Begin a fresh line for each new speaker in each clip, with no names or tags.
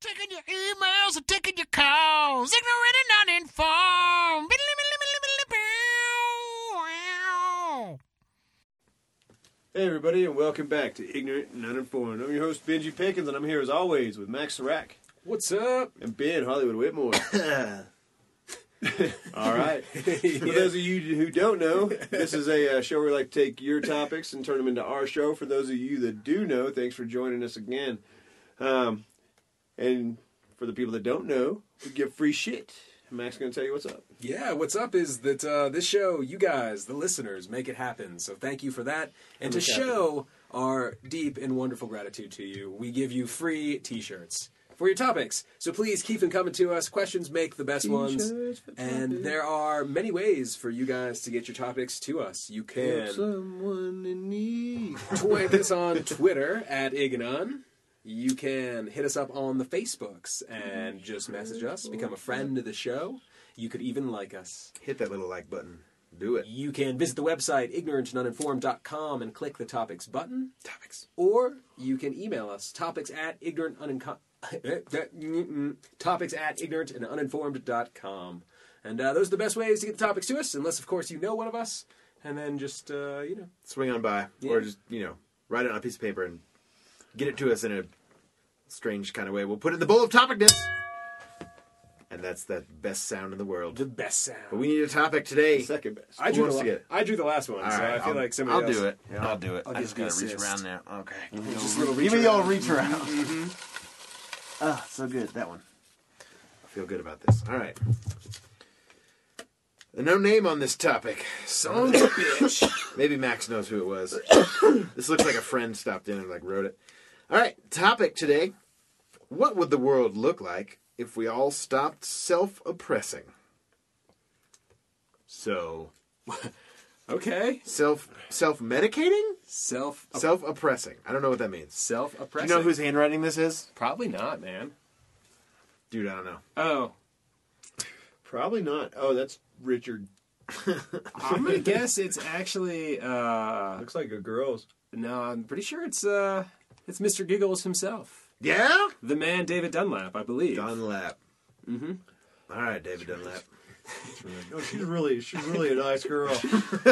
Taking your emails and taking your calls. Ignorant and uninformed.
Hey, everybody, and welcome back to Ignorant and Uninformed. I'm your host, Benji Pickens, and I'm here as always with Max Serac
What's up?
and Ben Hollywood Whitmore. All right. For those of you who don't know, this is a uh, show where we like to take your topics and turn them into our show. For those of you that do know, thanks for joining us again. Um, and for the people that don't know, we give free shit. Max going to tell you what's up.
Yeah, what's up is that uh, this show, you guys, the listeners, make it happen. So thank you for that. And to
Make it happen.
show our deep and wonderful gratitude to you, we give you free t shirts for your topics. So please keep them coming to us. Questions make the best
T-shirts
ones.
for topics.
And there are many ways for you guys to get your topics to us. You can
Someone in need.
tweet us on Twitter at Iganon. You can hit us up on the Facebooks and just message us, become a friend of the show. You could even like us.
Hit that little like button. Do it.
You can visit the website ignorantanduninformed.com and click the topics button. Topics. Or you can email us topics at ignorantuninco- topics at ignorantanduninformed.com. And uh, those are the best ways to get the topics to us, unless, of course, you know one of us. And then just, uh, you know,
Swing on by,
Yeah.
or just you know, write it on a piece of paper and get it to us in a strange kind of way. We'll put it in the bowl of topicness, and that's the best sound in
the
the world.
best sound.
But we need a topic today.
Second best.
I, drew
who
the
wants to
la-
get it?
I drew the last one,
All
so
right,
I feel
I'll-
like somebody
I'll
else.
do it. I'll do it.
I'll
I
give
just
the
gotta reach
assist.
around now. Okay.
Just a little reach
Give me the
around.
old reach around. Ah, so good that one. I feel good about this. All right. No name on this topic. Son of a bitch. Maybe Max knows who it was. this looks like a friend stopped in and like wrote it. All right. Topic today. What would the world look like if we all stopped self-oppressing? So
Okay.
self self-medicating,
Self.
self-oppressing. I don't know what that means.
Self
Do you
oppressing.
know whose handwriting this is?
Probably not, man.
Dude, I don't know.
Oh.
Probably not. Oh, that's Richard.
I'm gonna guess it's actually uh
Looks like a girl's.
no, I'm pretty sure it's uh it's Mr. Giggles himself.
Yeah?
The man David Dunlap, I believe.
Dunlap. Mm-hmm. All right, David Dunlap.
No, she's really, she's really a nice girl.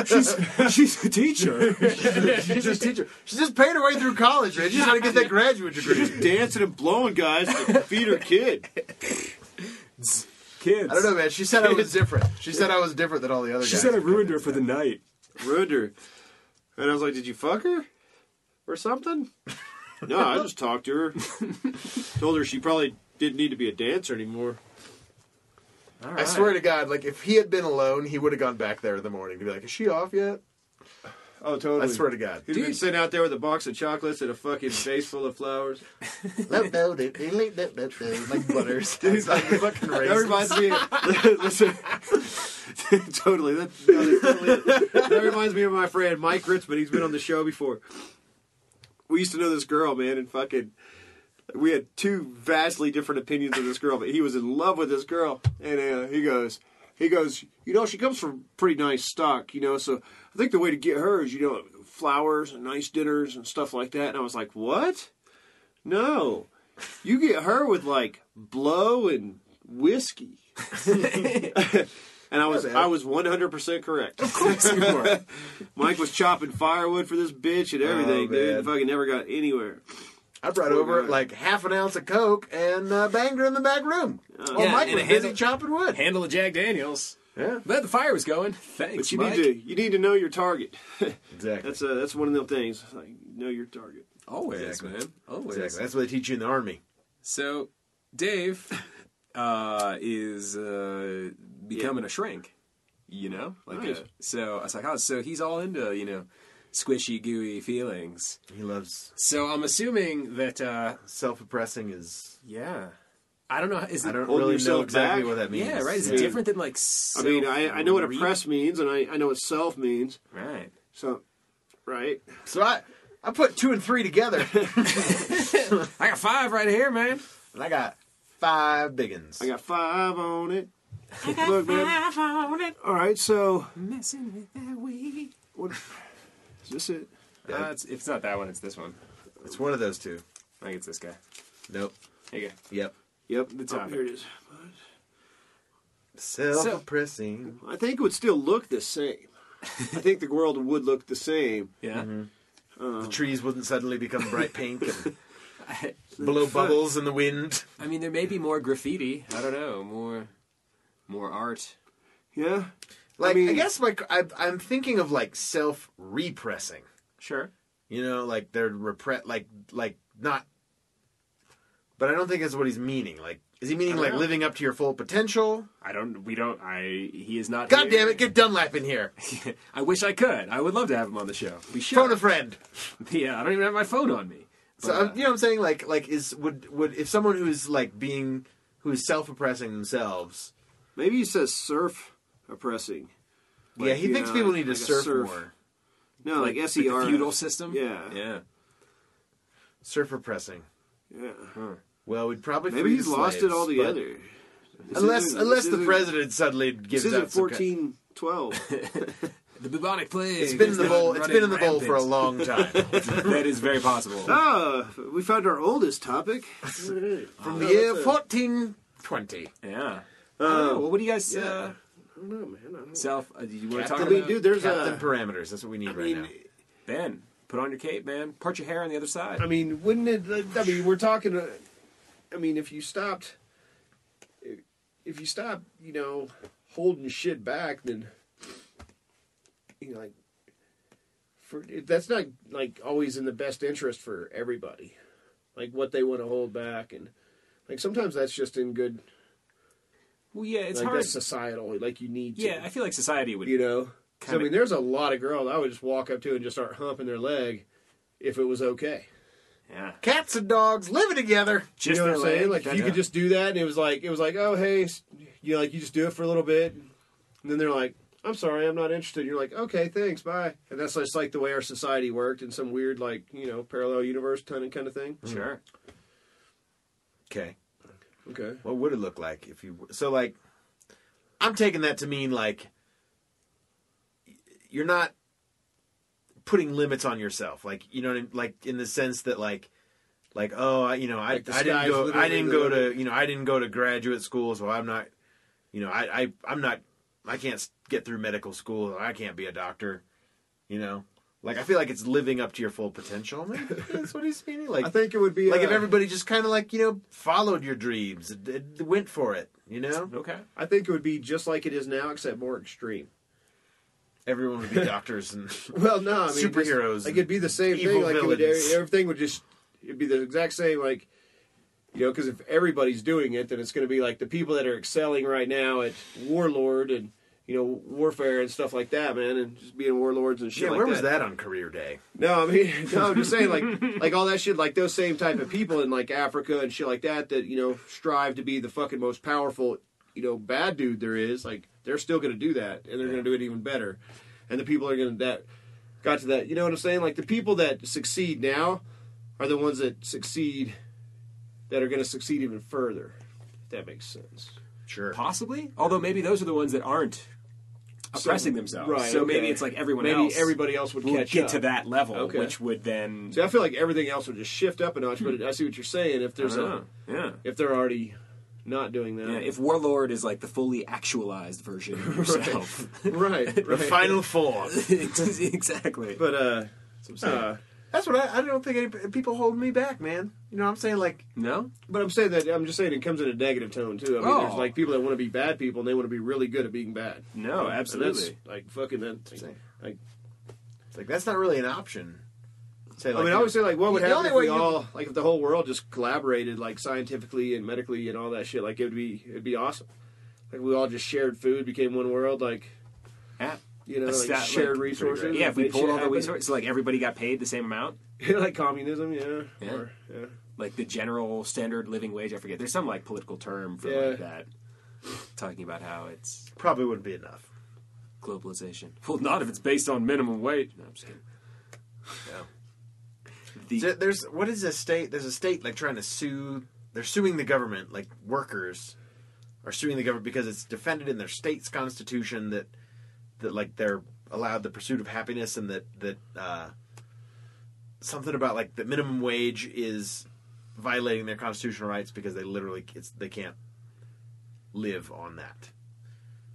She's a teacher.
She's just teacher. She's just paid her way through college, man. She's trying to get that graduate degree.
dancing and blowing guys to feed her kid.
Kids.
I don't know, man. She said I was different. She said I was different than all the other
She
guys.
said I ruined her for the night.
Ruined her. And I was like, Did you fuck her? Or something? No, I just talked to her. Told her she probably didn't need to be a dancer anymore.
All
I swear to God, like if he had been alone, he would have gone back there in the morning to be like, "Is she off yet?"
Oh, totally.
I swear to God.
He'd been sitting out there with a box of chocolates and a fucking vase full of flowers.
like butters. He's like fucking
That
racist.
reminds me. listen, totally. That, no, that's totally it. that reminds me of my friend Mike Ritzman. He's been on the show before. We used to know this girl, man, and fucking. We had two vastly different opinions of this girl, but he was in love with this girl, and uh, he goes, he goes, you know, she comes from pretty nice stock, you know, so I think the way to get her is, you know, flowers and nice dinners and stuff like that. And I was like, what? No, you get her with like blow and whiskey. and I was
bad.
I was one hundred percent correct. Mike was chopping firewood for this bitch and everything, dude.
man.
And fucking never got anywhere.
I brought
Oh,
over like half an ounce of coke and uh, banged her in the back room. Well,
Yeah,
Mike
and
was
a
busy
handle-
chopping wood.
Handle of Jack Daniels.
Yeah,
Glad the fire was going. Thanks.
But you
Mike.
need to you need to know your target.
exactly.
that's uh, that's one of them things. Like, know your target.
always,
Exactly.
man. Always.
exactly. That's what they teach you in the army.
So Dave uh is uh becoming a shrink. You know? Like
Nice.
a, so a psychologist. So he's all into, you know, squishy gooey feelings.
He loves
So I'm assuming that uh
self-oppressing is
yeah. I don't know is it
I don't
Holding
really know
yourself
exactly
back?
what that means.
Yeah, right. Is
Yeah.
it different than like
I mean, I, I know what
self-re-
oppress means, and I, I know what self means.
Right.
So, right?
So I I put two and three together,
I got five right here, man.
and I got five biggins.
I got five on it. Look, man. All right, so
Messing with that weed.
what, is this it?
Uh, it's, it's not that one, it's this one.
It's one of those two.
I think it's this guy.
Nope.
There you go.
Yep.
Yep, the
topic.
Oh, here it is.
Self-oppressing.
I think it would still look the same. I think the world would look the same.
Yeah.
the trees wouldn't suddenly become bright pink and blow bubbles in the wind.
I mean, there may be more graffiti. I don't know. More, more art.
Yeah,
Like I,
mean-
guess like I, I'm thinking of like self-repressing.
Sure.
You know, like they're repress like like not. But I don't think that's what he's meaning. Like, is he meaning
don't
like
know.
living up to your full potential?
I don't. We don't. I. He is not.
God
here.
damn it! Get Dunlap in here.
I wish I could. I would love to have him on the show. We should.
Phone a friend.
yeah. I don't even have my phone on me.
So
But, uh,
um, you know what I'm saying? Like like is would would if someone who's like being who's self-oppressing themselves.
maybe he says surf oppressing. Like,
yeah, he
you
thinks
know,
people need to
like a
surf,
surf.
more.
No, like,
like
ser.
the feudal system.
Yeah.
Yeah.
Surf oppressing.
Yeah,
Well, we'd probably
maybe
free
he's
the
lost it
slaves,
altogether.
but-
This
Unless
isn't-
unless
this
the
isn't-
president suddenly
This
gives
isn't
out some kind-
fourteen twelve.
The bubonic plague.
It's been in
is
the
now
bowl. It's
running
been in the bowl for a
rampant.
long time.
that is very possible.
ah, we found our oldest topic. Oh,
From the year 1420.
Yeah. Oh,
Um,
well, what do you guys? Uh,
I don't know, man. I don't know.
self. Uh, do you want to
Captain
talk
I mean,
about?
dude, there's
Captain
a.
parameters. That's what we need
I
right
mean,
now.
Ben, put on your cape, man. Part your hair on the other side.
I mean, wouldn't it? like, I mean, we're talking. uh, I mean, if you stopped, if you stop, you know, holding shit back, then you know, like, for that's not like always in the best interest for everybody, like what they want to hold back, and like sometimes that's just in good,
well, yeah, it's
like
hard.
that's societal, like you need to,
Yeah, I feel like society would.
you know. 'Cause, I
Kinda-
mean, there's a lot of girls I would just walk up to and just start humping their leg, if it was okay.
yeah.
Cats and dogs living together.
Just
you know
their
what I'm saying?
leg,
Like if
that-
you could just do that, and it was like it was like, oh hey, s- you know, like you just do it for a little bit, and then they're like, I'm sorry, I'm not interested. You're like, okay, thanks, bye. And that's just like the way our society worked in some weird like you know parallel universe kind of kind of thing.
sure.
Okay.
Okay,
What would it look like if you. So, like, I'm taking that to mean, like, you're not putting limits on yourself. Like, you know what I mean? Like, in the sense that, like, like oh I, you know I,
Like the
I didn't
sky's
go I
literally
didn't
the
go to
limit.
you know I didn't go to graduate school so I'm not you know I, I I'm not I can't s- get through medical school I can't be a doctor you know like I feel like it's living up to your full potential Maybe that's what he's meaning like
I think it would be
like if
uh,
everybody just kind of like you know followed your dreams, it, it went for it. You know,
Okay.
I think it would be just like it is now, except more extreme.
everyone would be doctors and
Well, no, I mean just-
Superheroes
like it'd be the same
evil
thing. Like it would, e,
villains.
everything would just it'd be the exact same. Like you know, because if everybody's doing it, then it's going to be like the people that are excelling right now at warlord and you know warfare and stuff like that, man, and just being warlords and shit.
yeah.
like
Where was that on career day?
No, I mean, no, I'm just saying like like all that shit. Like those same type of people in like Africa and shit like that that you know strive to be the fucking most powerful you know bad dude there is. Like they're still going to do that, and they're going to do it even better. And the people are going to that got to that. You know what I'm saying? Like the people that succeed now are the ones that succeed that are going to succeed even further. If that makes sense.
Sure.
Possibly. Although maybe those are the ones that aren't oppressing themselves. so maybe
okay.
it's like everyone
maybe
else.
everybody else would
will
catch
get
up.
to that level,
Okay.
which would then.
See, I feel like everything else would just shift up a notch. But I see what you're saying. If
Hmm. I
there's
don't know.
a
Yeah.
if they're already not doing that.
Yeah, if Warlord is like the fully actualized version of yourself,
right,
The
right.
final form.
exactly.
But uh, uh,
That's what I, I don't think any people hold me back, man. You know what I'm saying? Like,
no,
but I'm saying that I'm just saying it comes in a negative tone too. I mean, there's
Oh.
like people that want to be bad people and they want to be really good at being bad.
no,
And that's,
absolutely.
like fucking that. Like,
Same.
like,
it's like that's not really an option. Say,
I mean, I would say like what would
The
happen
only
if we
way you-
all like if the whole world just collaborated like scientifically and medically and all that shit. Like it would be it'd be awesome. Like we all just shared food, became one world. Like
Yeah.
you know,
A
like
stat, like,
shared
pretty
resources.
Yeah, if we
made
pulled
shit
all the
happen.
resources, like everybody got paid the same amount,
like communism. Yeah,
Yeah.
Or, yeah.
like the general standard living wage. I forget. There's some like political term for like that, talking about how it's
probably wouldn't be enough.
globalization. Well, not if it's based on minimum wage. No, I'm just kidding. The,
There- There's what is a state? There's a state like trying to sue. They're suing the government. Like workers are suing the government because it's defended in their state's constitution that that like they're allowed the pursuit of happiness and that that uh, something about like the minimum wage is violating their constitutional rights because they literally it's, they can't live on that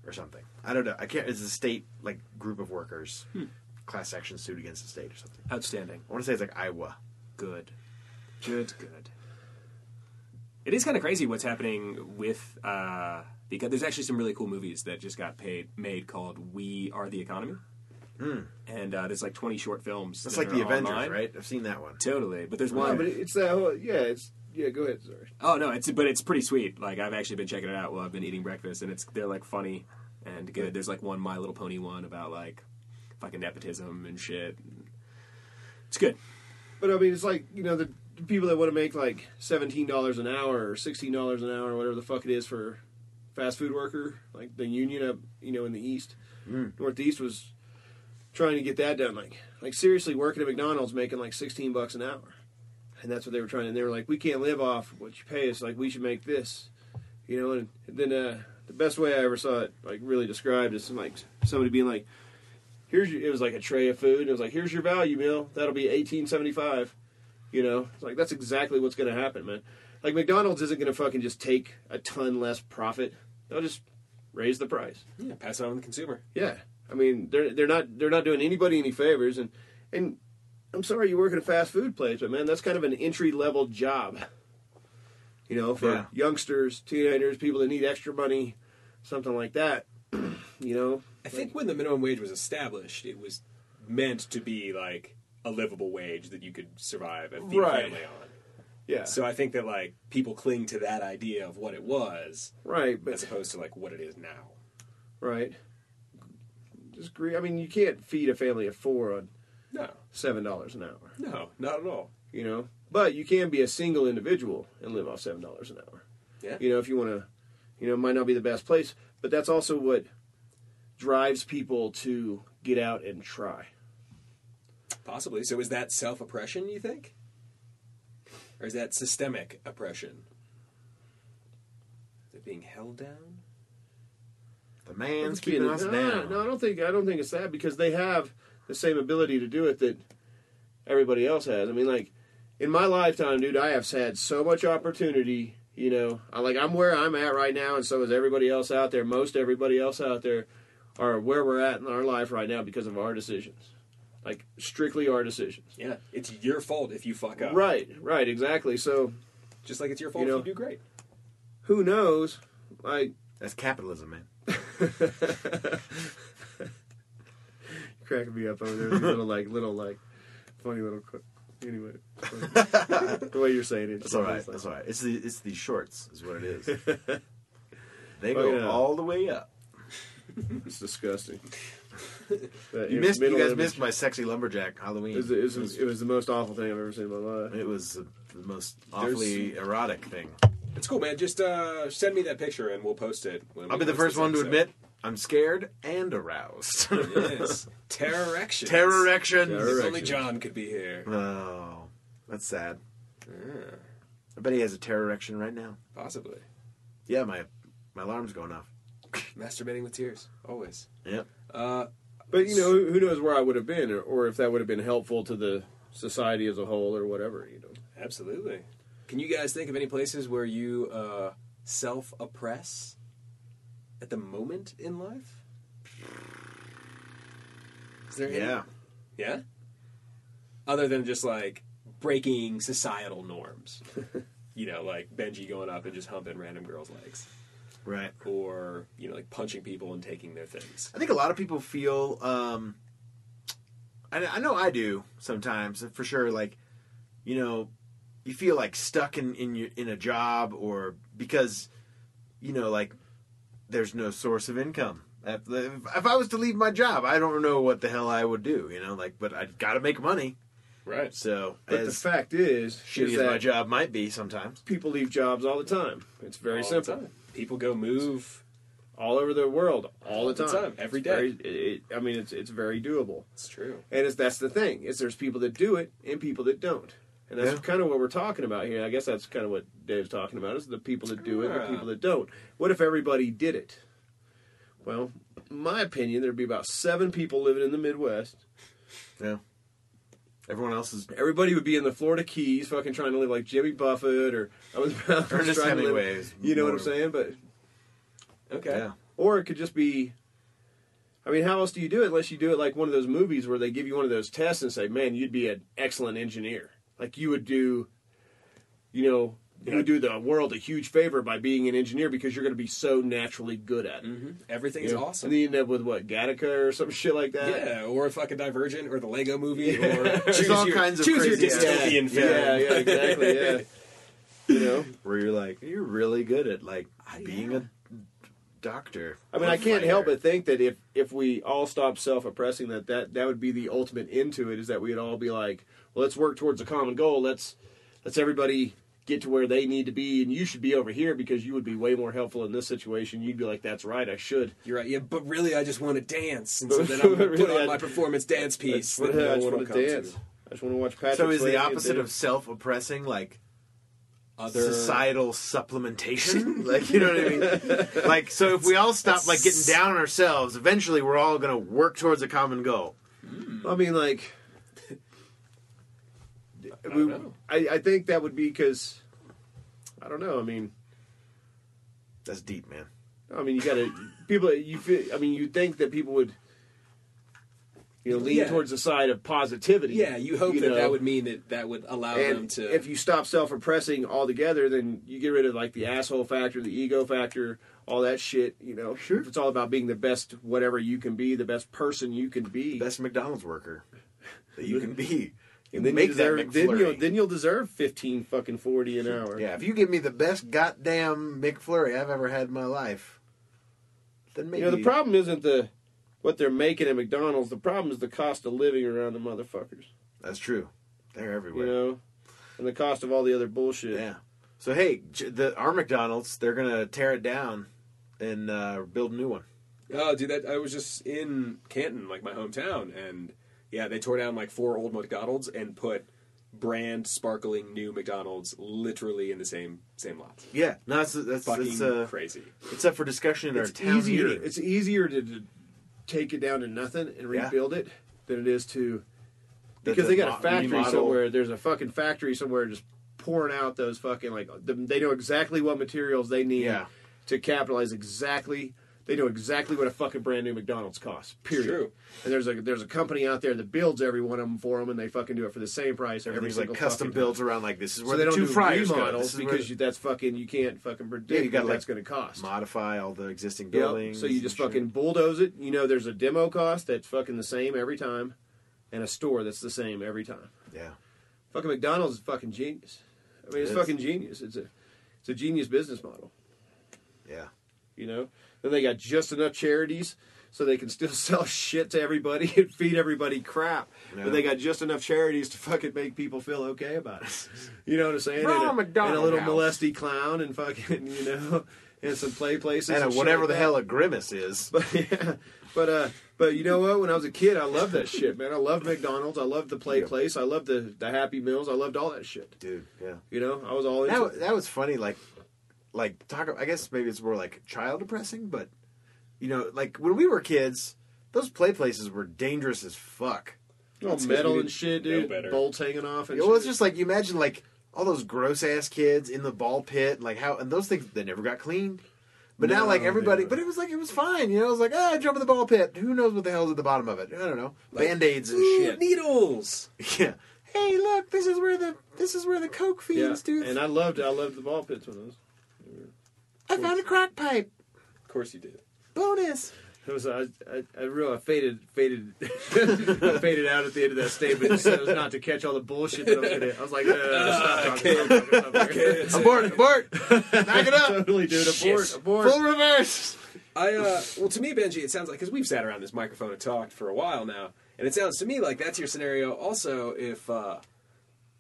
or something. I don't know. I can't. It's a state like group of workers class action suit against the state or something.
Outstanding.
I want to say it's like Iowa.
Good. Good, good. It is kind of crazy what's happening with. Uh, because there's actually some really cool movies that just got paid, made called We Are the Economy. And uh, there's like 20 short films.
Hmm. That's
that
like
are
the Avengers,
online.
right? I've seen that one.
Totally. But there's
No,
one.
but it's that whole. Yeah, it's yeah. Go ahead, sorry.
Oh no, it's but it's pretty sweet. Like I've actually been checking it out while I've been eating breakfast, and it's they're like funny and good. There's like one My Little Pony one about like fucking nepotism and shit. It's good.
But I mean, it's like you know the people that want to make like seventeen dollars an hour or sixteen dollars an hour, or whatever the fuck it is for fast food worker, like the union up you know in the east, northeast was trying to get that done. Like like seriously, working at McDonald's making like sixteen bucks an hour, and that's what they were trying. to. And they were like, we can't live off what you pay us. Like we should make this, you know. And then uh, the best way I ever saw it, like really described, is like somebody being like here's your, it was like a tray of food. and It was like, here's your value meal. That'll be eighteen seventy five. You know, it's like that's exactly what's going to happen, man. Like McDonald's isn't going to fucking just take a ton less profit. They'll just raise the price.
Yeah, pass it on to the consumer.
Yeah, I mean they're they're not they're not doing anybody any favors. And and I'm sorry you work at a fast food place, but man, that's kind of an entry level job. You know, for
Yeah.
youngsters, teenagers, people that need extra money, something like that. you know,
I think when the minimum wage was established, it was meant to be like a livable wage that you could survive and feed
Right.
a family on.
yeah,
So I think that like people cling to that idea of what it was
right. But
as opposed to like what it is now.
Right. Just agree. I mean, you can't feed a family of four on
No,
seven dollars an hour.
no, not at all.
You know, but you can be a single individual and live off seven dollars an hour.
Yeah.
You know, if you want to, you know, it might not be the best place, but that's also what drives people to get out and try.
Possibly. So is that self oppression, you think? Or is that systemic oppression? Is it being held down?
The man's
It's being-
keeping us
no,
down.
No, I don't think I don't think it's that because they have the same ability to do it that everybody else has. I mean, like in my lifetime, dude, I have had so much opportunity. You know, I like I'm where I'm at right now, and so is everybody else out there. Most everybody else out there are where we're at in our life right now because of our decisions, like strictly our decisions.
Yeah. It's your fault if you fuck up.
Right, right, exactly. So
Just like it's your fault
You know-
if you do great.
who knows? Like,
That's capitalism, man.
cracking me up over there. These little like little like funny little. qu- Anyway, funny. the way you're saying it,
That's all right.
it's like-
That's all right. It's the it's the shorts is what it is. they
Oh,
go
yeah.
all the way up.
It's disgusting. That
You
im-
missed. You
middle
guys
image
missed my sexy lumberjack Halloween.
Is, is, is, it was the most awful thing I've ever seen in my life.
It was the most awfully erotic thing.
It's cool, man. Just uh, send me that picture and we'll post it. When we
I'll be the
post
first
this
one to
episode.
admit I'm scared and aroused.
Yes. Terror action.
Terror action.
Terror-
If only John could be here.
Oh, that's sad.
Yeah,
I bet he has a terror erection right now.
possibly.
Yeah, my my alarm's going off.
Masturbating with tears. Always.
Yep.
Uh,
But you know, who who knows where I would have been, or, or if that would have been helpful to the society as a whole, or whatever. You know,
absolutely. Can you guys think of any places where you uh, self oppress at the moment in life? Is there any-
Yeah.
Yeah? Other than just like breaking societal norms. you know, like Benji going up and just humping random girls' legs.
Right.
Or, you know, like punching people and taking their things.
I think a lot of people feel. Um, I, I know I do sometimes, for sure. Like, you know, you feel like stuck in in your in a job, or because, you know, like there's no source of income. If, if I was to leave my job, I don't know what the hell I would do. You know, like, but I got to make money.
Right.
So
but the
as
fact is,
shitty
is
as my
that
job might be sometimes,
people leave jobs all the time. It's very
All the
simple,
time. People go move.
all over the world, all, the, time.
every
It's
day.
very- it- it- I mean, it's it's very doable.
It's true.
And it's, that's the thing is there's people that do it and people that don't. And that's
Yeah.
kind of what we're talking about here. I guess that's kind of what Dave's talking about is the people that do it and the
Ah.
people that don't. What if everybody did it? Well, in my opinion, there'd be about seven people living in the Midwest.
yeah. Everyone else is
Everybody would be in the Florida Keys, fucking trying to live like Jimmy Buffett or I was
Ernest
trying to live-
Hemingway is
You know what I'm
more-
saying? But okay,
Yeah.
or it could just be. I mean, how else do you do it unless you do it like one of those movies where they give you one of those tests and say, "Man, you'd be an excellent engineer. Like you would do, you know, you would do the world a huge favor by being an engineer because you're going to be so naturally good at it."
Everything
You
is
know?
Mm-hmm. awesome.
And then you end up with what Gattaca or some shit like that.
yeah, or fucking Divergent, or the Lego Movie, or
There's
choose
all
your,
kinds of
choose your
crazy ass-
dystopian
yeah,
film.
yeah, yeah, exactly. Yeah, you know.
where you're like you're really good at like being a doctor.
I mean, I can't help but think that if if we all stop self-oppressing, that that that would be the ultimate end to it. Is that we'd all be like, well, let's work towards a common goal. Let's let's everybody get to where they need to be, and you should be over here because you would be way more helpful in this situation. You'd be like, that's right, I should.
You're right. Yeah, but really, I just want to dance, and so then I'm gonna put
Really,
on
I-
my performance dance piece.
I
that
just wanna- I
no
just
one will
want
come
to dance. I just want to watch Patrick.
So is
Swayze
the
and
opposite
dance.
of self-oppressing like
Other
societal supplementation? like you know what I mean? Like so, if we all stop like getting down on ourselves, eventually we're all gonna work towards a common goal.
I mean, like, I,
don't know.
I, I think that would be because I don't know. I mean.
That's deep, man.
I mean, you gotta people. You feel. I mean, you think that people would, you know, lean
Yeah.
towards the side of positivity.
Yeah, you hope that
know?
that would mean that that would allow them
And
to.
if you stop self-oppressing altogether, then you get rid of like the asshole factor, the ego factor, all that shit. You know,
Sure.
If it's all about being the best, whatever you can be, the best person you can be.
Best McDonald's worker that you can be. You
and then
make
you deserve,
that
then you'll
McFlurry.
then you'll deserve fifteen fucking forty an hour.
Yeah, if you give me the best goddamn McFlurry I've ever had in my life, then maybe
You know, the problem isn't the what they're making at McDonald's. The problem is the cost of living around the motherfuckers.
that's true. They're
you
everywhere.
know, and the cost of all the other bullshit.
Yeah. So hey, j- the our McDonald's they're gonna tear it down and uh, build a new one.
Oh, dude, that I was just in Canton, like my hometown, and yeah, they tore down like four old McDonald's and put brand sparkling new McDonald's literally in the same same lot.
Yeah. No, that's that's,
Fucking
that's uh,
crazy.
it's up for discussion in
It's
our town
easier.
meeting.
It's easier to, to take it down to nothing and
Yeah.
rebuild it than it is to
Than
because
to
they got
mo-
a factory
remodel.
somewhere. There's a fucking factory somewhere just pouring out those fucking like the, they know exactly what materials they need
Yeah.
to capitalize exactly. They know exactly what a fucking brand new McDonald's costs. Period.
true.
And there's a there's a company out there that builds every one of them for them, and they fucking do it for the same price. Every
Everything's like
single
custom
fucking time.
built around like this is
So
where
they
the
don't
two
do
fryers go.
remodels
This is where
because
the-
you, that's fucking you can't fucking predict
Yeah, you gotta,
what that's
like,
going to cost.
modify all the existing
Yep.
buildings.
So you just
and shit.
fucking bulldoze it. You know, there's a demo cost that's fucking the same every time, and a store that's the same every time.
yeah.
Fucking McDonald's is fucking genius. I mean,
It
it's
is.
fucking genius. It's a it's a genius business model.
Yeah.
You know, then they got just enough charities so they can still sell shit to everybody and feed everybody crap.
Yeah.
But they got just enough charities to fucking make people feel okay about it. You know what I'm saying?
Wrong
and, a, and a
McDonald's
little
house.
molesty clown and fucking you know, and some play places
And,
and,
uh,
shit
whatever
like
the
that.
hell a grimace is.
But yeah, but uh, but you know what? When I was a kid, I loved that shit, man. I loved McDonald's. I loved the play
Yeah.
place. I loved the the Happy Meals. I loved all that shit.
Dude, yeah.
You know, I was all into.
That,
it.
wa- that was funny. Like, like talk. I guess maybe it's more like child depressing, but you know, like when we were kids, those play places were dangerous as fuck.
all
That's 'cause
metal
we
and
didn't
shit,
know
dude.
better.
Bolts hanging off and.
It was
shit.
just like you imagine like all those gross ass kids in the ball pit, like how and those things they never got cleaned. But now,
No,
like
they
everybody,
were-
but it was like it was fine, you know. It was like, ah, jump in the ball pit. Who knows what the hell's at the bottom of it? I don't know.
Like,
Band aids and
Ooh,
shit.
needles.
Yeah. Hey, look, this is where the this is where the coke
yeah.
fiends do.
And I loved I loved the ball pits when I was.
I found a crack pipe.
Of course you did.
Bonus.
It was I I, I real I faded faded faded out at the end of that statement. Just said it was not to catch all the bullshit that I was gonna. I was like, uh, stop talking. Stop talking.
Abort, abort. Knock it up.
Totally, dude. Abort,
Shit.
abort.
Full reverse.
I uh, well, to me, Benji, it sounds like because we've sat around this microphone and talked for a while now, and it sounds to me like that's your scenario. Also, if uh,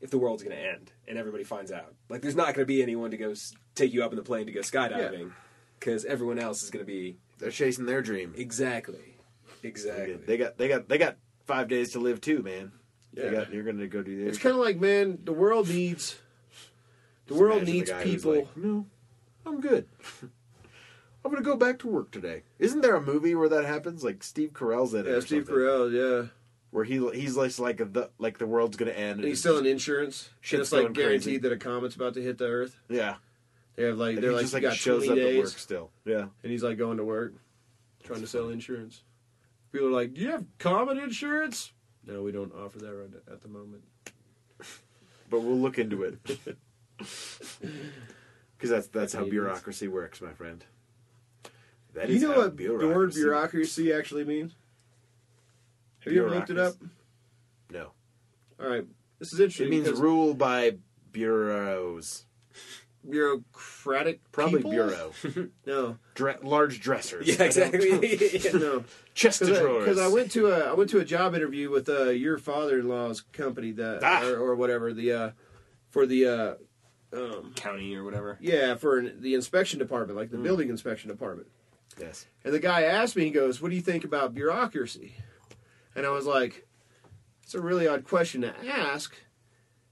if the world's going to end and everybody finds out, like there's not going to be anyone to go s- take you up in the plane to go skydiving, because everyone else is going to be
They're chasing their dream.
exactly, exactly.
They got they got they got five days to live too, man. They
Yeah.
got, you're gonna go do their
It's kind of like, man, the world needs the world
Imagine the
needs
guy who's
people.
like, no, I'm good. I'm gonna go back to work today. Isn't there a movie where that happens? Like Steve Carell's in it.
yeah,
or
Steve
something.
Carell, yeah.
where he he's like like the like the world's gonna end.
And he's still in insurance.
Shit's
and it's like
going crazy.
guaranteed that a comet's about to hit the Earth.
yeah.
They have like
And
they're
he
like,
just
you
like
got
shows
20
up
days,
at work still. Yeah.
and he's like going to work, trying to sell insurance. People are like, "Do you have comet insurance?" No, we don't offer that right at the moment.
But we'll look into it. Because that's that's how
Idiots.
bureaucracy works, my friend. That
Do you
is
know
how
what the word bureaucracy actually means? Have you ever looked it up?
No,
All right, this is interesting.
it means
because
rule by bureaus.
bureaucratic.
Probably
people?
bureau,
No,
Dre- large dressers,
Yeah, exactly.
no.
chest drawers.
Because I, went to a I went to a job interview with uh, your father in law's company that
Ah.
or, or whatever the uh, for the uh, um,
county or whatever.
yeah for an, the inspection department like the building inspection department.
Yes.
And the guy asked me, he goes, "What do you think about bureaucracy?" And I was like, "It's a really odd question to ask."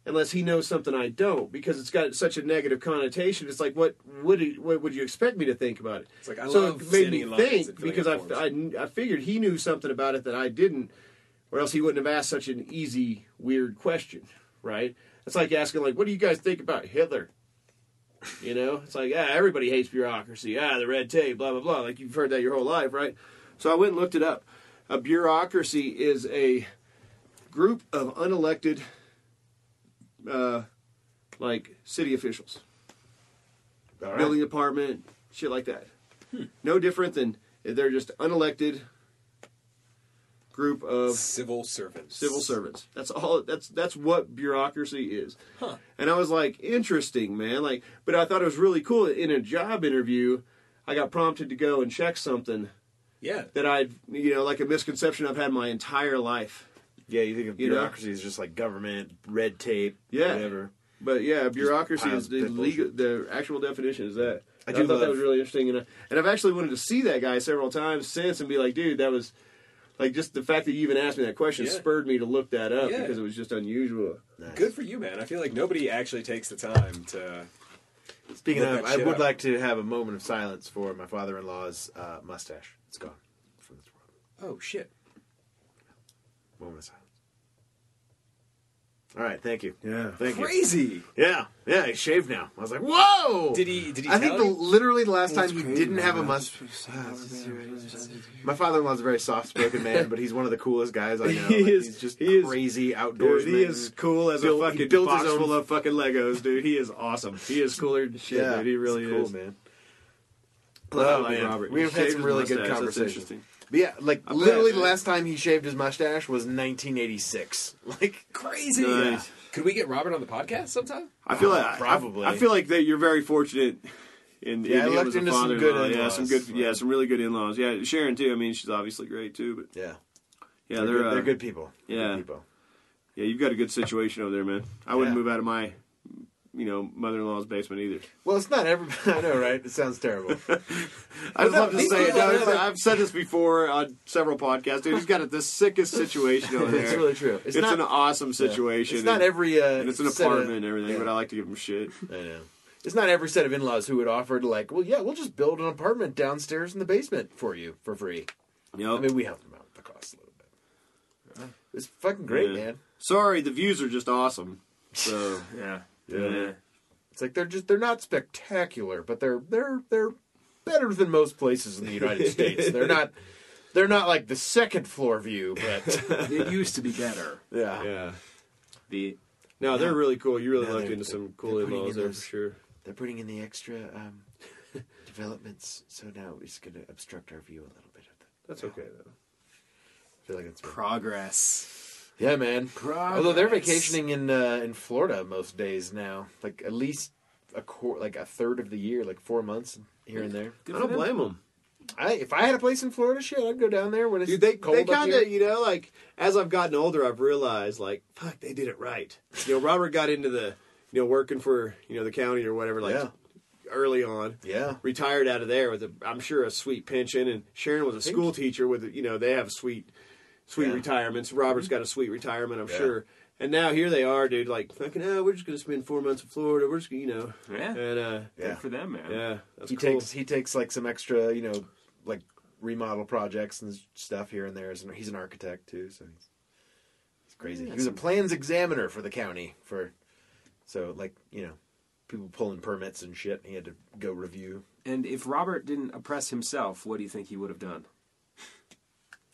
Unless he knows something I don't, because it's got such a negative connotation. It's like, what would he, what would you expect me to think about it?
It's like I
so
love
it made
standing
me
in lines
think
and filling
because I,
out forms.
I, kn- I figured he knew something about it that I didn't, or else he wouldn't have asked such an easy, weird question, right? It's like asking, like, what do you guys think about Hitler? You know, it's like, ah, everybody hates bureaucracy. Ah, the red tape, blah, blah, blah. Like, you've heard that your whole life, right? So I went and looked it up. A bureaucracy is a group of unelected, uh, like, city officials
All right. Hmm.
building department, shit like that. No different than they're just unelected group of
Civil servants.
civil servants. That's all. That's that's what bureaucracy is. And I was like, interesting, man. Like, but I thought it was really cool. In a job interview, I got prompted to go and check something
Yeah.
that I'd, you know, like a misconception I've had my entire life.
Yeah, you think of
You know?
bureaucracy as just like government, red tape,
Yeah.
whatever.
But yeah, bureaucracy
piles
is
of
the
pit
legal. The actual definition is that.
I
I,
do
thought that
love-
was really interesting, and, I, and I've actually wanted to see that guy several times since, and be like, dude, that was like just the fact that you even asked me that question
Yeah.
spurred me to look that up
Yeah.
because it was just unusual.
Nice.
Good for you, man. I feel like nobody actually takes the time to.
Speaking
Look
of,
that
I
shit
would
up.
like to have a moment of silence for my father-in-law's uh, mustache. It's gone from this world.
Oh shit.
Moment of silence. All right, thank you.
Yeah.
Thank you.
Crazy.
Yeah, yeah, he's shaved now. I was like, whoa!
Did he? Did he?
I think the,
tell you?
literally the last time he didn't have a mustache. My father-in-law's a very soft-spoken man, but he's one of the coolest guys I know.
He
Like,
is-
he's just
he is-
crazy outdoorsman.
Dude, he is cool as
Built-
a
he
fucking
built
box
his own-
full of fucking Legos, dude. He is awesome. He is cooler than shit, dude. He
he's
really
cool,
is.
man.
I
Oh,
like
man.
Robert.
We've
He
had
shaved
some
his
really good
mustache. That's
conversations.
interesting.
But yeah, like
I bet,
literally the
man.
last time he shaved his mustache was 1986. Like
crazy.
Nice.
Yeah. Could we get Robert on the podcast sometime?
I feel like
Probably.
I, I feel like that you're very fortunate. In,
Yeah, I
in him
looked
as a
into some
father-in-law.
good
yeah,
in-laws.
some good, yeah, some really good in-laws. Yeah, Sharon too. I mean, she's obviously great too. But
yeah,
yeah,
they're
they're
good,
uh,
they're good people. They're
yeah.
good people.
Yeah, you've got a good situation over there, man. I wouldn't
Yeah.
move out of my, you know, mother-in-law's basement either.
Well, it's not everybody. I know, right? It sounds terrible.
I just
no,
love to
these
say it.
people
No,
are
it's
really-
like- I've said this before on several podcasts. Dude, he's got the sickest situation over there.
it's really true.
It's,
It's, not
an awesome
yeah.
situation.
It's not
and-
every. Uh,
and it's an
set of-
apartment and everything,
yeah.
but I like to give him shit.
I know. It's not every set of in-laws who would offer to like, well, yeah, we'll just build an apartment downstairs in the basement for you for free.
You
I mean, we helped them out with the cost a little bit. It's fucking great,
Yeah.
man.
Sorry, the views are just awesome. So
Yeah.
yeah.
It's like they're just they're not spectacular, but they're they're they're better than most places in the United States. They're not they're not like the second floor view, but
it used to be better.
yeah.
Yeah.
The
No, they're really cool. You really
No,
lucked
they're-
into some cool
they're
in
putting
laws
in
there for
those-
sure.
They're putting in the extra um, developments, so now it's going to obstruct our view a little bit. Of the,
That's okay though.
I feel like it's
progress.
yeah, man. Although they're vacationing in uh, in Florida most days now, like at least a quar like a third of the year, like four months here and there.
I don't blame them.
I if I had a place in Florida, shit, I'd go down there when it's
Dude, they
cold
they
up
kind
here.
of you know like as I've gotten older, I've realized like fuck, they did it right. You know, Robert got into the you know working for you know the county or whatever like
Yeah.
early on.
Yeah.
Retired out of there with a, I'm sure a sweet pension, and Sharon was a school teacher with you know they have sweet, sweet
Yeah. Mm-hmm.
retirements. Robert's got a sweet retirement, I'm
Yeah.
sure. And now here they are, dude. Like fucking, oh, we're just gonna spend four months in Florida. We're just gonna, you know,
Yeah.
and uh,
Yeah.
Good for them, man.
yeah, that's
he
cool.
takes he takes like some extra you know like remodel projects and stuff here and there. He's an- He's an architect too, so he's crazy. He was a plans examiner for the county for, so like you know, people pulling permits and shit. He had to go review.
And if Robert didn't oppress himself, what do you think he would have done?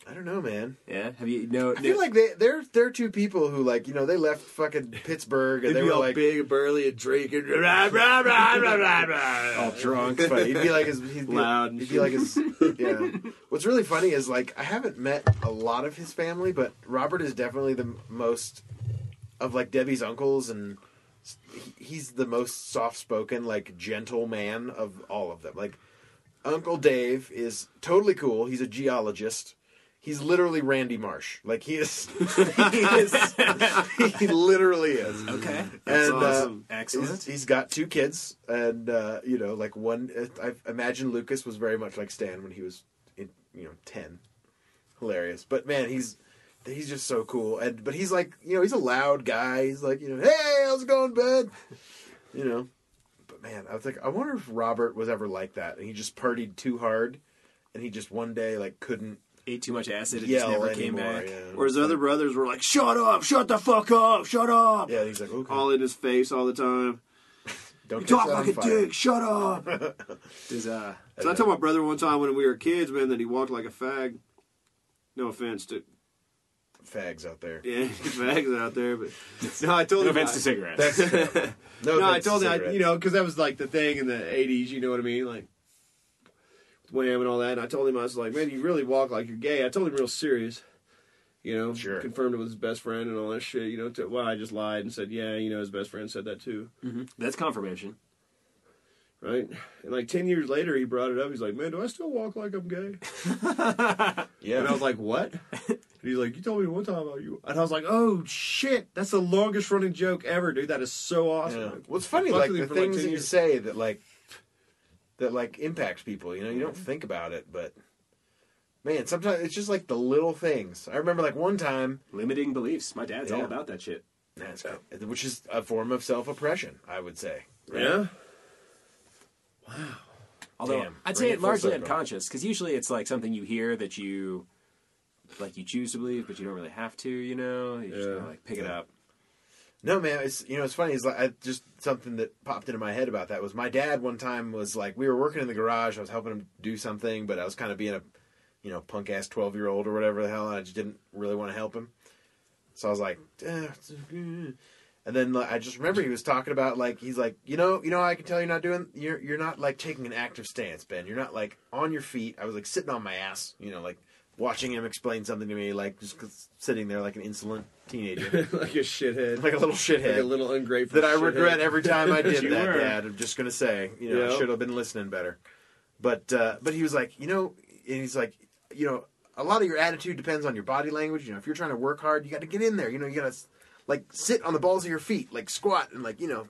I don't know, man.
Yeah, have you no?
I feel like they they're they're two people who like you know they left fucking Pittsburgh and
They'd
they
be
were
all
like
big and burly and drinking. Blah, blah, blah, blah,
all
blah,
Oh,
blah.
drunk.
It's funny. He'd be like his he'd be,
Loud and
He'd be like his. Yeah. What's really funny is like I haven't met a lot of his family, but Robert is definitely the m- most of like Debbie's uncles, and s- he- he's the most soft-spoken, like gentle man of all of them. Like Uncle Dave is totally cool. He's a geologist. He's literally Randy Marsh. Like he is. He is. he literally is
okay,
and
awesome.
uh,
Excellent.
he's- he's got two kids, and uh, you know, like one. I imagine Lucas was very much like Stan when he was, in, you know, ten. Hilarious, but man, he's he's just so cool, and but he's like, you know, he's a loud guy. He's like, you know, hey, how's it going, bud? You know, but man, I was like, I wonder if Robert was ever like that, and he just partied too hard, and he just one day like couldn't
ate too much acid. It just
yell
never
anymore.
came back.
yeah.
Or his other brothers were like, "Shut up! Shut the fuck up! Shut up!"
yeah, he's like, okay,
All in his face all the time.
don't
You talk
catch that on
like a
fire.
dick. Shut up.
Does uh,
So I told my brother one time when we were kids, man, that he walked like a fag. No offense to
Fags out there.
yeah, fags out there, but no, I told
no
him.
offense
I-
to cigarettes.
No,
no, I
offense to
told him, I,
cigarettes.
you know, because that was like the thing in the '80s. You know what I mean, like Wham and all that. And I told him I was like, man, you really walk like you're gay. I told him real serious. You know,
Sure.
confirmed it was his best friend and all that shit. You know, to, well, I just lied and said, yeah, you know, his best friend said that too,
That's confirmation.
right? And like ten years later, he brought it up. He's like, man, do I still walk like I'm gay?
Yeah.
And I was like, what? And he's like, you told me one time about you. And I was like, oh shit, that's the longest running joke ever, dude. That is so awesome.
Yeah.
Like,
Well, it's funny,
I fucked
like
with
the
him for, like,
things
10
that you
years.
say that like that like impacts people. You know, you don't think about it, but man, sometimes it's just like the little things. I remember like one time,
Limiting beliefs. My dad's all
Yeah.
about that shit.
that's- which is a form of self oppression, I would say.
Yeah.
Although
Damn,
I'd say
bring it
it
full
largely
circle.
unconscious because usually it's like something you hear that you like you choose to believe, but you don't really have to. You know, you just
Yeah.
kind of like pick it up.
No, man, it's you know it's funny. It's like I, just something that popped into my head about that was my dad. One time was like we were working in the garage. I was helping him do something, but I was kind of being a you know punk ass twelve year old or whatever the hell. And I just didn't really want to help him, so I was like, "Ah, it's okay." and then like, I just remember he was talking about like he's like you know you know I can tell you're not doing you're you're not like taking an active stance, Ben. You're not like on your feet. I was like sitting on my ass, you know, like watching him explain something to me, like just sitting there like an insolent teenager,
like a shithead.
like a little shithead
Like a little ungrateful.
that I
shithead.
regret every time I did
You
that,
were.
Dad. I'm just gonna say, you know, I
Yeah.
should have been listening better. But uh, but he was like, you know, and he's like, you know, a lot of your attitude depends on your body language. You know, if you're trying to work hard, you got to get in there. You know, you got to like sit on the balls of your feet, like squat, and like you know,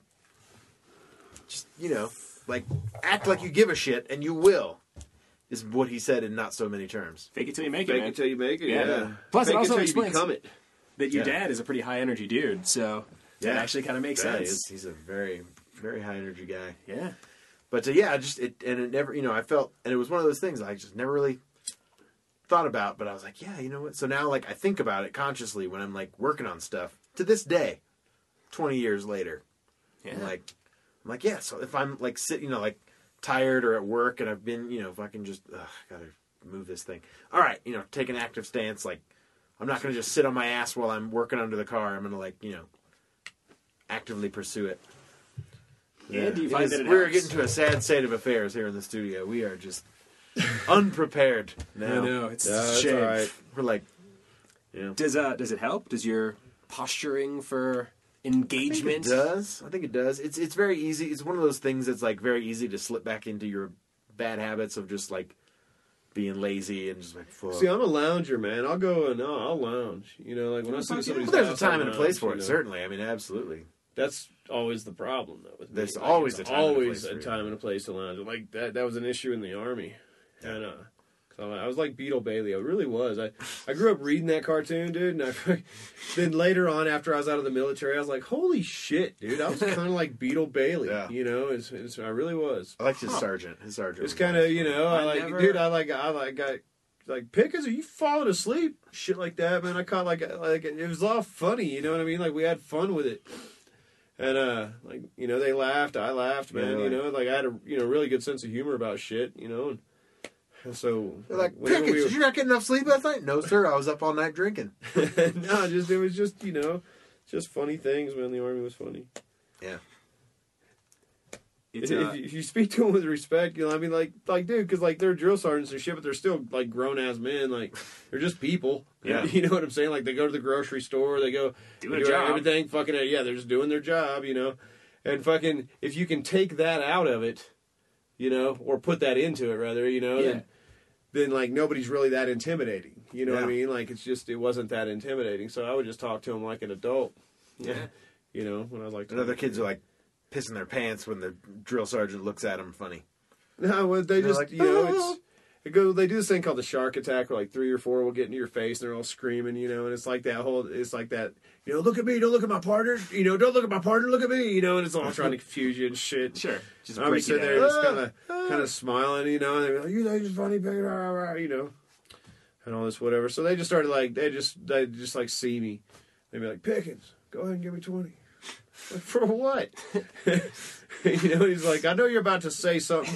just you know, like act like you give a shit, and you will. Is what he said in not so many terms.
Fake it till you make it,
Fake
man.
it till you make it.
Yeah.
Yeah.
Plus, it
Fake
also
till
explains-
you become it.
that your
Yeah.
dad is a pretty high energy dude, so that
Yeah.
actually kind of makes
Yeah,
sense.
he's, he's a very very high energy guy.
Yeah.
But uh, yeah, I just it and it never, you know, I felt and it was one of those things I just never really thought about. But I was like, yeah, you know what? So now, like, I think about it consciously when I'm like working on stuff to this day, twenty years later.
Yeah.
I'm like, I'm like, yeah. So if I'm like sitting, you know, like tired or at work, and I've been, you know, fucking just ugh, gotta move this thing. All right, you know, take an active stance. Like, I'm not gonna just sit on my ass while I'm working under the car. I'm gonna like, you know, actively pursue it.
And do you
It
find
is-
that it
we're
helps?
getting to a sad state of affairs here in the studio. We are just unprepared now.
I know it's
Yeah,
a
it's
shame.
all right.
We're like,
Does uh does it help? Does your posturing for engagement?
I think it does. I think it does. It's it's very easy. It's one of those things that's like very easy to slip back into your bad habits of just like being lazy and just like fuck.
See, I'm a lounger, man. I'll go and I'll, I'll lounge. You know, like when I sit at
Well,
somebody's
there's a
house,
time
I'll
and a place
lounge,
for
you
it,
know.
certainly. I mean, absolutely.
That's always the problem, though. With me.
There's
Like,
always
it's
a time and a
always
place
a
for it.
time and a place to lounge. Like that, that was an issue in the army, and uh, 'cause I'm- I was like Beetle Bailey. I really was. I, I grew up reading that cartoon, dude, and I, then later on, after I was out of the military, I was like, holy shit, dude! I was kind of like Beetle Bailey,
Yeah.
you know. It's, it's, I really was.
I liked his sergeant. His sergeant.
It's
was
kind of
nice.
you know, I,
I
like,
never-
dude, I like, I like, I She's like, Pickens, are you falling asleep? Shit like that, man. I caught like like it was all funny, you know what I mean? Like we had fun with it. And uh like, you know, they laughed, I laughed, man,
Yeah.
you know, like I had a you know, really good sense of humor about shit, you know, and, and so
They're like,
whenever
Pickens,
we were-
did you not get enough sleep last night? No, sir. I was up all night drinking.
no, just it was just, you know, just funny things, man. The army was funny.
Yeah.
It's,
if,
uh,
you- if you speak to them with respect, you know, I mean, like, like, dude, because like they're drill sergeants and shit, but they're still like grown ass men. Like, they're just people.
Yeah.
you know what I'm saying? Like, they go to the grocery store, they go
Do
they
their
do
job.
everything. Fucking yeah, they're just doing their job, you know. And fucking, if you can take that out of it, you know, or put that into it rather, you know,
Yeah.
then, then like nobody's really that intimidating. You know what I
Yeah.
mean? Like, it's just it wasn't that intimidating. So I would just talk to them like an adult.
Yeah.
You know, when I was like,
And other kids are like pissing their pants when the drill sergeant looks at them funny.
No, well, they
They're
just
like,
you know
"Oh."
it's it goes. They do this thing called the shark attack, where like three or four will get into your face and they're all screaming, you know, and it's like that whole it's like that you know look at me, don't look at my partner, you know, don't look at my partner, look at me, you know, and it's all trying to confuse you and shit.
sure. Just
I'm
break
just sitting
it
there
down.
just kind of kind of smiling, you know, and they're like, you know, you're just funny, blah, blah, blah, you know, and all this whatever. So they just started like they just they just like see me, they'd be like Pickens, go ahead and give me twenty. Like, For what? you know, he's like, I know you're about to say something.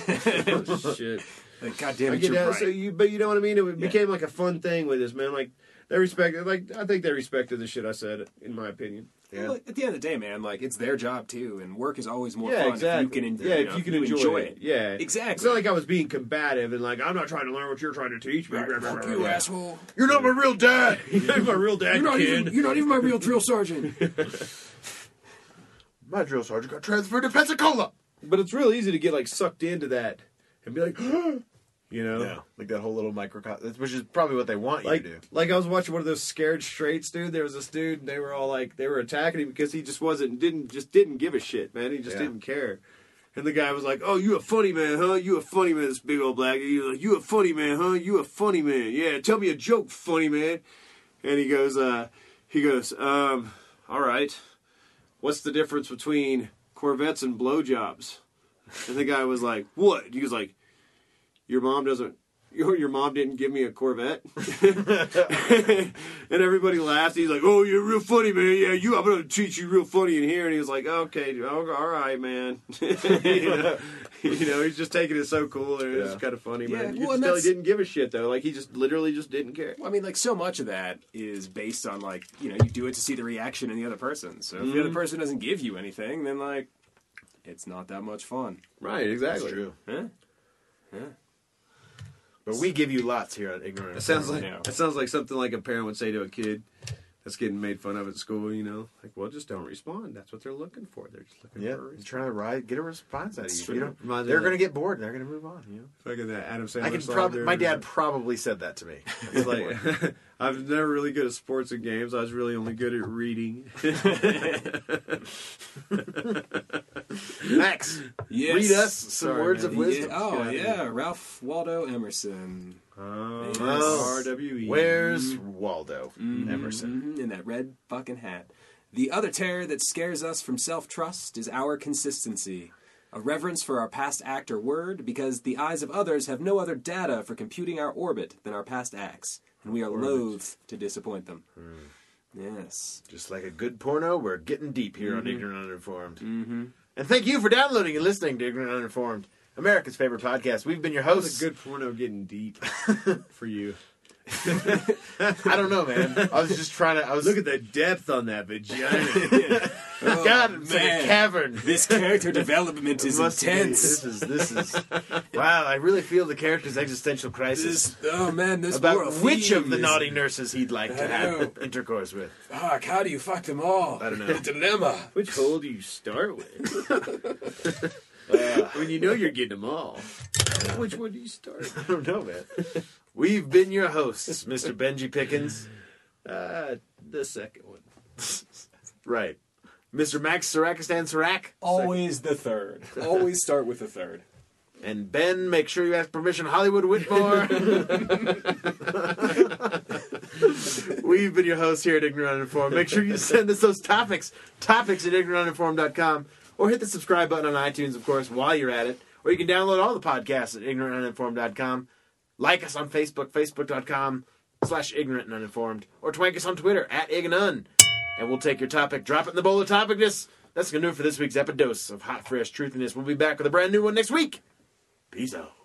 Oh, shit.
Like, God damn
I
it,
get
you're
that.
right.
So you, but you know what I mean. It became like a fun thing with this man. Like they respected. Like I think they respected the shit I said, in my opinion.
Yeah.
Well, at the end of the day, man, like it's their job too, and work is always more
yeah,
fun
exactly.
if you can, en-
yeah,
you know,
if you can enjoy, it. Yeah,
Exactly.
It's not like I was being combative and like I'm not trying to learn what you're trying to teach me.
Right. Fuck you,
Yeah.
asshole.
You're not my real dad.
You're my real dad,
You're not,
kid.
even, you're not even my real drill sergeant.
My drill sergeant got transferred to Pensacola.
But it's real easy to get like sucked into that and be like, you know.
Yeah, like that whole little microcosm, which is probably what they want you
Like,
to do.
like I was watching one of those scared straights, dude. There was this dude, and they were all like, they were attacking him because he just wasn't, didn't, just didn't give a shit, man. He just
Yeah.
didn't care. And the guy was like, "Oh, you a funny man, huh? You a funny man, this big old black." He was like, "You a funny man, huh? You a funny man? Yeah, tell me a joke, funny man." And he goes, uh, he goes, um, "All right, what's the difference between Corvettes and blowjobs?" And the guy was like, "What?" He was like, "Your mom doesn't." Your, your mom didn't give me a Corvette, and everybody laughs. He's like, "Oh, you're real funny, man. Yeah, you. I'm gonna treat you real funny in here." And he was like, "Okay, dude, all all right, man." you, know, you know, he's just taking it so cool. and It's
Yeah.
kind of funny,
Yeah,
man. You
well,
can
and
tell he
that's-
didn't give a shit though. Like he just literally just didn't care.
Well, I mean, like so much of that is based on like you know you do it to see the reaction in the other person. So if the other person doesn't give you anything, then like it's not that much fun.
Right? Exactly.
That's true.
Huh?
But we give you lots here at Ignorant.
That sounds like
Yeah.
that sounds like something like a parent would say to a kid that's getting made fun of at school. You know, like, well, just don't respond. That's what they're looking for. They're just looking
yeah,
for a response.
trying to ride, get a response out of
That's
you.
true.
you know,
Reminds me
they're
of
going
that-
to get bored and they're going to move on. You know,
Fucking that Adam Sandler.
I can
song
probably.
there.
My dad probably said that to me.
It's like I was never really good at sports and games. I was really only good at reading.
Max,
Yes.
read us some
Sorry,
words
man.
of
Yeah.
wisdom.
Oh yeah, Ralph Waldo Emerson.
Oh,
Yes.
RWE.
Where's Waldo Emerson?
Mhm, in that red fucking hat. The other terror that scares us from self trust is our consistency. A reverence for our past act or word, because the eyes of others have no other data for computing our orbit than our past acts, and we are loath to disappoint them. Yes.
Just like a good porno, we're getting deep here on Ignorant Uninformed. Mm-hmm. And thank you for downloading and listening to Ignorant Uninformed, America's favorite podcast. We've been your
That's
hosts.
a good porno getting deep for you.
I don't know, man. I was just trying to. I was
Look at the depth on that vagina.
God, it's like
Oh, man.
a cavern.
This character development is
Must be.
intense.
This is this is wow. I really feel the character's existential crisis
This, oh man, this
about
world
which of the
is-
naughty nurses he'd like to
I
have
know.
intercourse with.
Fuck, how do you fuck them all?
I don't know.
dilemma.
Which hole do you start with? when you know you're getting them all. Which one do you start
I don't know, man. We've been your hosts, Mr. Benji Pickens.
Uh, the second one.
Right. Mr. Max Sarakistan Sarak.
Always the third. Always start with the third.
And Ben, make sure you ask permission, Hollywood Whitmore. We've been your hosts here at Ignorant Uninformed. Make sure you send us those topics, topics at ignorantuninformed.com, or hit the subscribe button on iTunes, of course, while you're at it. Or you can download all the podcasts at ignorantuninformed.com. Like us on Facebook, facebook.com slash ignorant and uninformed, or twank us on Twitter at ignun. And we'll take your topic, drop it in the bowl of topicness. That's going to do it for this week's epidose of hot, fresh truthiness. We'll be back with a brand new one next week. Peace out.